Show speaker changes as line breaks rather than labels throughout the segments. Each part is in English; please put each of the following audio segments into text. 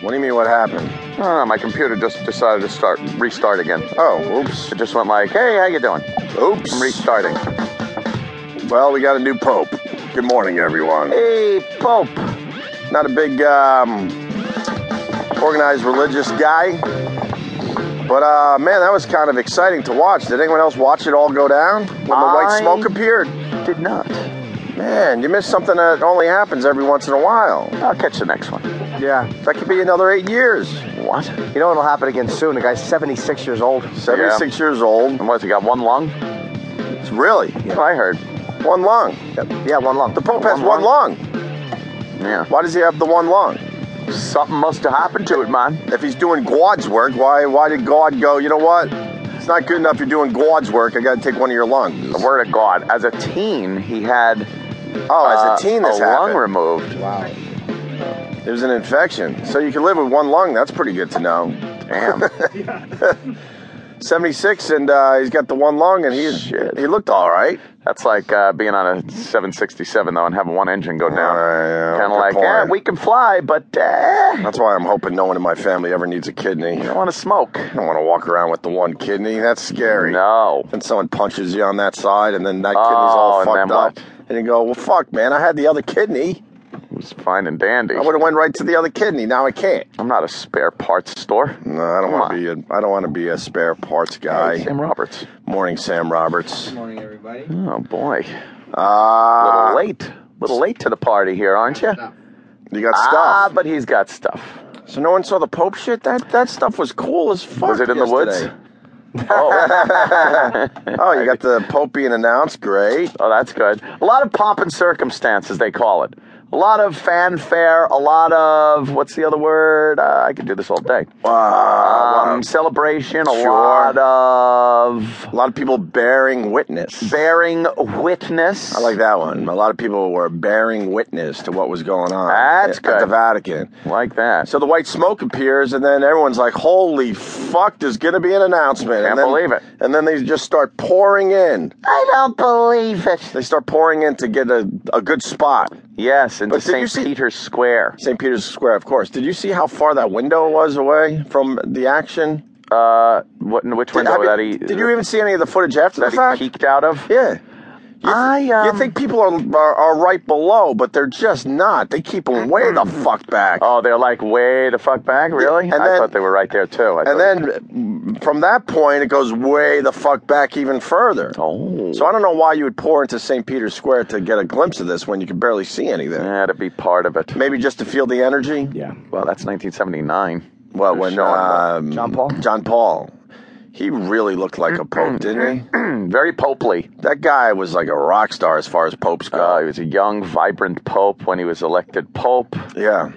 What do you mean, what happened? Oh, my computer just decided to start, restart again. Oh, oops. It just went like, hey, how you doing? Oops. I'm restarting. Well, we got a new pope. Good morning, everyone. Hey, pope. Not a big um, organized religious guy, but uh, man, that was kind of exciting to watch. Did anyone else watch it all go down when the white
I-
smoke appeared?
Did not.
Man, you missed something that only happens every once in a while.
I'll catch the next one.
Yeah, that could be another eight years.
What?
You know it'll happen again soon. The guy's 76 years old.
76 years old.
And what's he got? One lung?
Really?
Oh, I heard.
One lung.
Yeah, one lung.
The Pope has one
One
lung.
Yeah.
Why does he have the one lung?
Something must have happened to it, man.
If he's doing God's work, why why did God go, you know what? It's not good enough you're doing God's work. I got to take one of your lungs.
The word of God. As a teen, he had
Oh,
uh,
as a teen, this
a
happened.
lung removed.
Wow.
It was an infection. So you can live with one lung. That's pretty good to know.
Damn.
76, and uh, he's got the one lung, and he's,
Shit.
he looked all right.
That's like uh, being on a 767 though and having one engine go down.
Yeah, yeah,
kind
good
of like,
point.
yeah, we can fly, but uh,
That's why I'm hoping no one in my family ever needs a kidney.
I want to smoke.
I don't want to walk around with the one kidney. That's scary.
No.
Then someone punches you on that side, and then that kidney's
Oh,
all
and
fucked
then
up.
what?
And you go, well, fuck, man, I had the other kidney.
It's fine and dandy.
I would have went right to the other kidney. Now I can't.
I'm not a spare parts store.
No, I don't
Come
want to
on.
be. A, I don't want to be a spare parts guy.
Sam Roberts.
Morning, Sam Roberts.
morning, everybody.
Oh boy, a little
Ah,
late, little late to the party here, aren't you?
you got
Ah,
stuff.
but he's got stuff.
So no one saw the Pope shit. That that stuff was cool as fuck.
Was it in the woods?
yesterday.
Oh,
Oh, you got the Pope being announced. Great.
oh, that's good. A lot of pomp and circumstance, as they call it. A lot of fanfare. A lot of what's the other word? Uh, I could do this all day.
Wow.
Um, celebration. A
Sure.
lot of
a lot of people bearing witness.
bearing witness.
I like that one. A lot of people were bearing witness to what was going on
That's
at, at the
good.
Vatican.
Like that.
So the white smoke appears, and then everyone's like, "Holy fuck! There's going to be an announcement." and
Can't
then,
believe it.
And then they just start pouring in.
I don't believe it.
They start pouring in to get a, a good spot.
Yes, into
But did you
St.
see-
Peter's Square.
St. Peter's Square, of course. Did you see how far that window was away from the action?
Uh, what? Which
Did,
window
have you-
that he?
did you even see any of the footage after
that
the fact?
he peeked out of?
Yeah. You,
I,
you
um,
think people are, are are right below, but they're just not. They keep them way the fuck back.
Oh, they're like way the fuck back, really?
And
I
then-
thought they were right there too. I
And
thought-
then uh, from that point, it goes way the fuck back even further.
oh,
So I don't know why you would pour into St. Peter's Square to get a glimpse of this when you could barely see anything.
yeah, to be part of it.
Maybe just to feel the energy.
Yeah.
Well, that's 1979.
Well, when
Sean,
um,
John Paul?
John Paul, he really looked like a pope, didn't he?
Hmm, Very popely.
That guy was like a rock star as far as popes go.
Uh, he was a young, vibrant pope when he was elected pope.
yeah.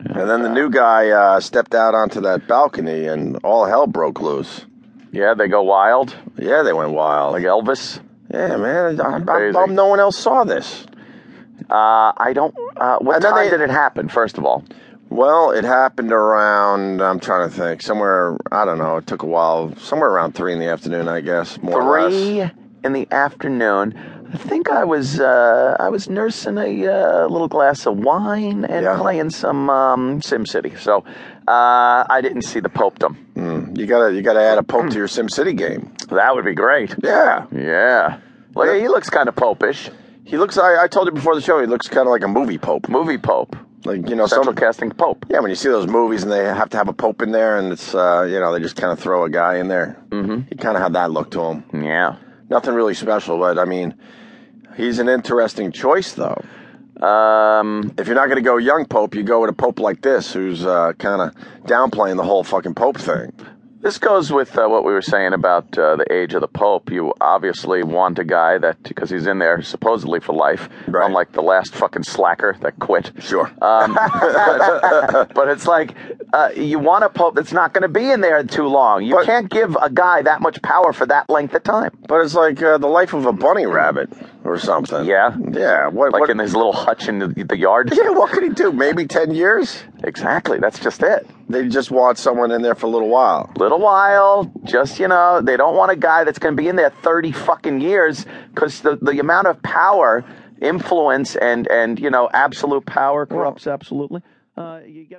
And then the new guy uh, stepped out onto that balcony, and all hell broke loose.
Yeah, they go wild,
Yeah, they went wild.
like Elvis.
yeah, man, I- I'm
Crazy.
bummed no one else saw this.
Uh, I don't. Uh, what
And then
time
they-
did it happen? First of all,
Well, it happened around. I'm trying to think. Somewhere, I don't know. It took a while. Somewhere around three in the afternoon, I guess. More or less.
three in the afternoon. I think I was uh, I was nursing a uh, little glass of wine and
Yeah.
playing some um, Sim City. So uh, I didn't see the popedom.
Mm. You gotta, you gotta add a pope to your Sim City game.
That would be great.
Yeah,
Yeah. Well, yeah, he looks kind of popish.
he looks. I, I told you before the show. He looks kind of like a movie pope.
Movie pope.
Like you know, some
Central casting pope.
yeah. When you see those movies and they have to have a pope in there, and it's uh, you know they just kind of throw a guy in there. Mm-hmm. He kind of had that look to him.
Yeah.
Nothing really special, but I mean, he's an interesting choice though.
Um,
If you're not gonna go young pope, you go with a pope like this, who's uh, kind of downplaying the whole fucking pope thing.
this goes with uh, what we were saying about uh, the age of the Pope. You obviously want a guy that, because he's in there supposedly for life,
Right.
unlike the last fucking slacker that quit.
Sure.
Um, but, but it's like uh, you want a pope that's not going to be in there too long. You
But-
can't give a guy that much power for that length of time.
But it's like uh, the life of a bunny rabbit or something.
Yeah.
Yeah. What?
Like
what
in his little hutch in the, the yard.
yeah. What could he do? Maybe ten years.
Exactly. That's just it.
They just want someone in there for a little while.
Little while, just you know, they don't want a guy that's going to be in there thirty fucking years because the the amount of power, influence, and and you know, absolute power corrupts absolutely. Uh, you get.